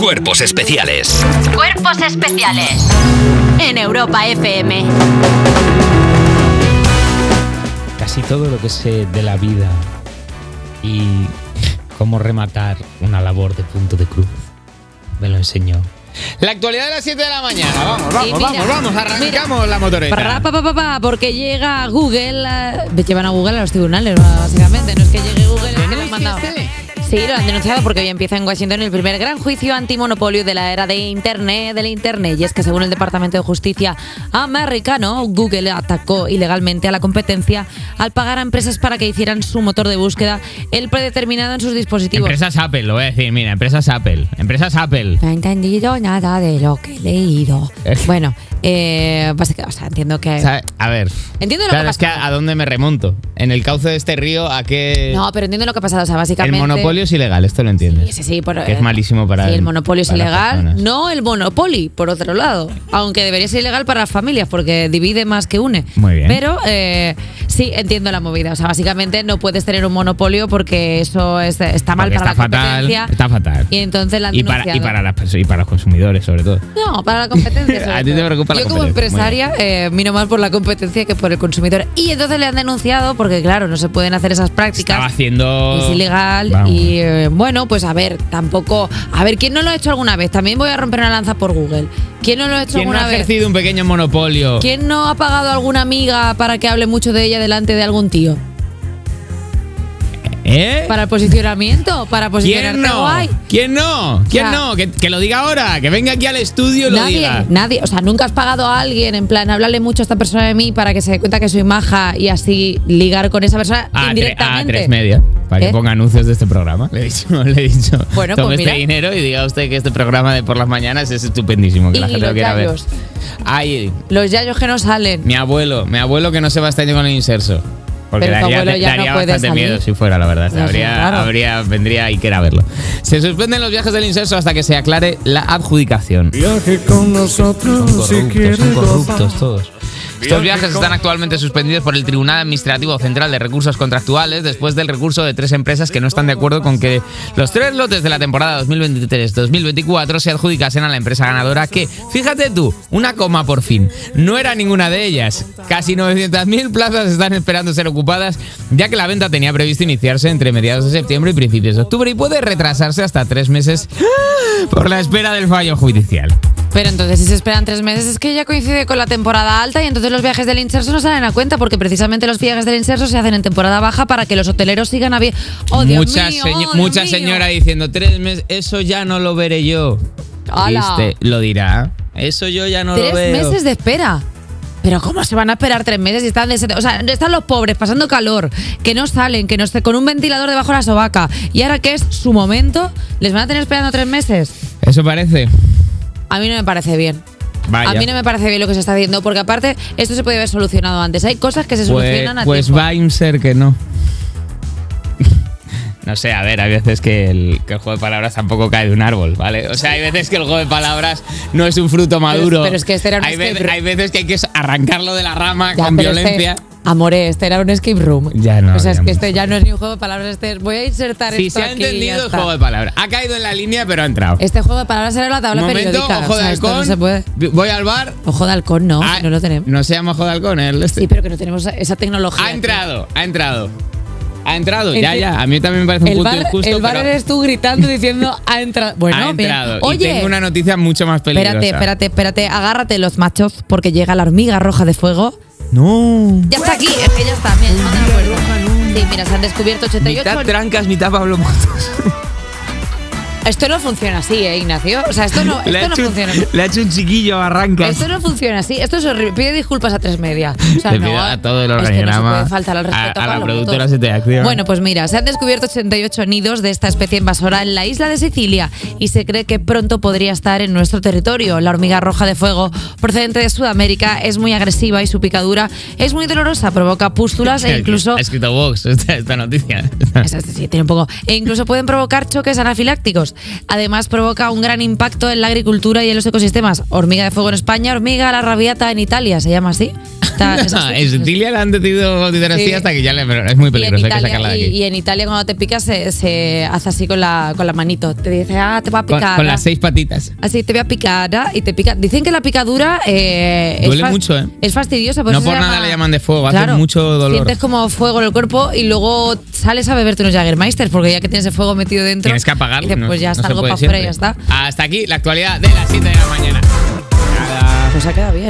Cuerpos especiales. Cuerpos especiales. En Europa FM. Casi todo lo que sé de la vida y cómo rematar una labor de punto de cruz me lo enseñó. La actualidad de las 7 de la mañana. Vamos, vamos, Y mira, vamos, vamos. Arrancamos la motoreta. Parra, pa, pa, pa, pa, porque llega Google. a- Llevan a Google a los tribunales, básicamente. No es que llegue Google. es que lo han mandado. Sí, lo han denunciado porque hoy empieza en Washington el primer gran juicio antimonopolio de la era de Internet, del Internet. Y es que según el Departamento de Justicia americano, Google atacó ilegalmente a la competencia al pagar a empresas para que hicieran su motor de búsqueda el predeterminado en sus dispositivos. Empresas Apple, lo voy a decir. Mira, empresas Apple. Empresas Apple. No he entendido nada de lo que he leído. Bueno, eh, básicamente, o sea, entiendo que... O sea, a ver. Entiendo lo Claro, que es que a, a dónde me remonto. En el cauce de este río, a qué. No, pero entiendo lo que ha pasado. O sea, el básicamente. monopolio es ilegal, esto lo entiendes. Sí, sí, sí, por- eh, Que es malísimo para Sí, el el- monopolio es para las ilegal. personas. No el monopoly, por otro lado. Aunque debería ser ilegal para las familias, porque divide más que une. Muy bien. Pero eh, sí, entiendo la movida. O sea, básicamente no puedes tener un monopolio porque eso es- está mal Porque para está la fatal. competencia. Está fatal. Y entonces la han Y para, y denunciado. para las perso- y para los consumidores, sobre todo. No, para la competencia. sobre A ti te todo. preocupa la Yo como competencia, muy bien. empresaria eh, miro más por la competencia que por el consumidor. Y entonces le han denunciado porque, claro, no se pueden hacer esas prácticas. Estaba haciendo. Es ilegal Vamos. y eh, bueno, pues a ver, tampoco. A ver, ¿quién no lo ha hecho alguna vez? También voy a romper una lanza por Google. ¿Quién no lo ha hecho ¿Quién no alguna ha vez? ejercido un pequeño monopolio? ¿Quién no ha pagado a alguna amiga para que hable mucho de ella delante de algún tío? ¿Eh? ¿Para el posicionamiento? ¿Para posicionarte ¿Quién no? guay? ¿Quién no? ¿Quién O sea, no? Que, que lo diga ahora, que venga aquí al estudio y lo Nadie, diga. nadie. O sea, nunca has pagado a alguien en plan hablarle mucho a esta persona de mí para que se dé cuenta que soy maja y así ligar con esa persona A, Ah, tre- a indirectamente. tres media, para ¿Eh? que ponga anuncios de este programa. Le he dicho, le he dicho. Bueno, tome pues este mira. dinero y diga usted que este programa de por las mañanas es estupendísimo, que Y la gente los lo quiera ver. gallos. Ay, Los yayos que no salen. mi abuelo, mi abuelo que no se va este año con el inserso. Porque Pero tu daría, abuelo ya daría no puede bastante salir. miedo si fuera, la verdad. Ya, sí, habría, claro. habría, vendría Iker a verlo. Se suspenden los viajes del inserso hasta que se aclare la adjudicación. Viaje con nosotros si quieres gozar. todos. Estos viajes están actualmente suspendidos por el Tribunal Administrativo Central de Recursos Contractuales después del recurso de tres empresas que no están de acuerdo con que los tres lotes de la temporada 2023-2024 se adjudicasen a la empresa ganadora que, fíjate tú, una coma por fin, no era ninguna de ellas. Casi 900.000 plazas están esperando ser ocupadas ya que la venta tenía previsto iniciarse entre mediados de septiembre y principios de octubre y puede retrasarse hasta tres meses por la espera del fallo judicial. Pero entonces, si se esperan tres meses, es que ya coincide con la temporada alta y entonces los viajes del inserso no salen a cuenta porque precisamente los viajes del inserso se hacen en temporada baja para que los hoteleros sigan a bien. ¡Oh, Dios mucha mío! seño- ¡Oh, Dios mucha mío! señora diciendo tres meses, eso ya no lo veré yo. ¡Hala! Viste, Lo dirá. Eso yo ya no Tres lo Ah, veo. meses de espera. Pero ¿cómo se van a esperar tres meses si están de- O sea, están los pobres pasando calor, que no salen, que no estén con un ventilador debajo de la sobaca. Y ahora que es su momento, ¿les van a tener esperando tres meses? Eso parece. A mí no me parece bien. Vaya. A mí no me parece bien lo que se está haciendo, porque aparte esto se podía haber solucionado antes. Hay cosas que se Pues, solucionan a pues tiempo. va a ser que no. No sé, a ver, hay veces que el, que el juego de palabras tampoco cae de un árbol, ¿vale? O sea, hay veces que el juego de palabras no es un fruto maduro. pero es que este era un hay, escape ve- room. hay veces que hay que arrancarlo de la rama Ya, con pero este- violencia. amore, este era un escape room. Ya no, O sea, es ya que no. este ya no es ni un juego de palabras. Este, voy a insertar Si esto se ha aquí y ya entendido el está. juego de palabras. Ha caído en la línea, pero ha entrado. Este juego de palabras era la tabla Momento, periódica. ojo o de sea, Ah, esto halcón. no se puede. Voy al bar. Ojo de halcón, no, Ah, no lo tenemos. No se llama ojo de halcón, ¿eh? el este. Sí, pero que no tenemos esa tecnología. Ha aquí. entrado, ha entrado. Ha entrado, Es ya, que- ya. A mí también me parece un El punto bar, injusto. el bar pero eres tú gritando diciendo ha entrado. Bueno, ha bien. entrado. Y Oye, tengo una noticia mucho más peligrosa. espérate, espérate, espérate. Agárrate los machos porque llega la hormiga roja de fuego. No. Ya está aquí, es que ya está. Mira, no me acuerdo. Sí, mira, se han descubierto 88 Mitad trancas, mitad Pablo Motos. Esto no funciona así, ¿eh, Ignacio? O sea, esto no, le, esto ha no hecho, un- funciona. le ha hecho un chiquillo a Arrancas. Esto no funciona así. Esto es horrible. Pide disculpas a tres media. O sea, Le no, pido a todo el es que no se organigrama, puede faltar al respeto a- a la Pablo productora Motos. se te activa. Bueno, pues mira, se han descubierto 88 nidos de esta especie invasora en la isla de Sicilia y se cree que pronto podría estar en nuestro territorio. La hormiga roja de fuego procedente de Sudamérica es muy agresiva y su picadura es muy dolorosa, provoca pústulas e incluso Ha escrito Vox esta, esta noticia. eso sí, tiene un poco. E incluso pueden provocar choques anafilácticos. Además, provoca un gran impacto en la agricultura y en los ecosistemas. Hormiga de fuego en España, hormiga a la rabiata en Italia, se llama así. Pakistán. esas No, en cosas. Sicilia la han detenido dinastía Sí. hasta que ya le. Ah, Pero es muy Y en, peligroso, hay que sacarla Italia, de y- aquí. y en Italia cuando te picas se, se hace así con la, con la manito. Te dice, ah, te va a con, picar. con ah. las seis patitas. Así te voy a picar ah, y te pica. Dicen que la picadura eh, Duele fas- mucho, ¿eh? Es fastidiosa. Por No eso por se nada le llaman de fuego, hace Claro. mucho dolor. Sientes como fuego en el cuerpo y luego sales a beberte unos Jagermeister porque ya que tienes el fuego metido dentro. Tienes que apagarlo. dices, no- pues ya no está se algo puede para afuera y ya siempre. está. Hasta aquí la actualidad de las 7 de la mañana. Cada- Pues ha quedado bien.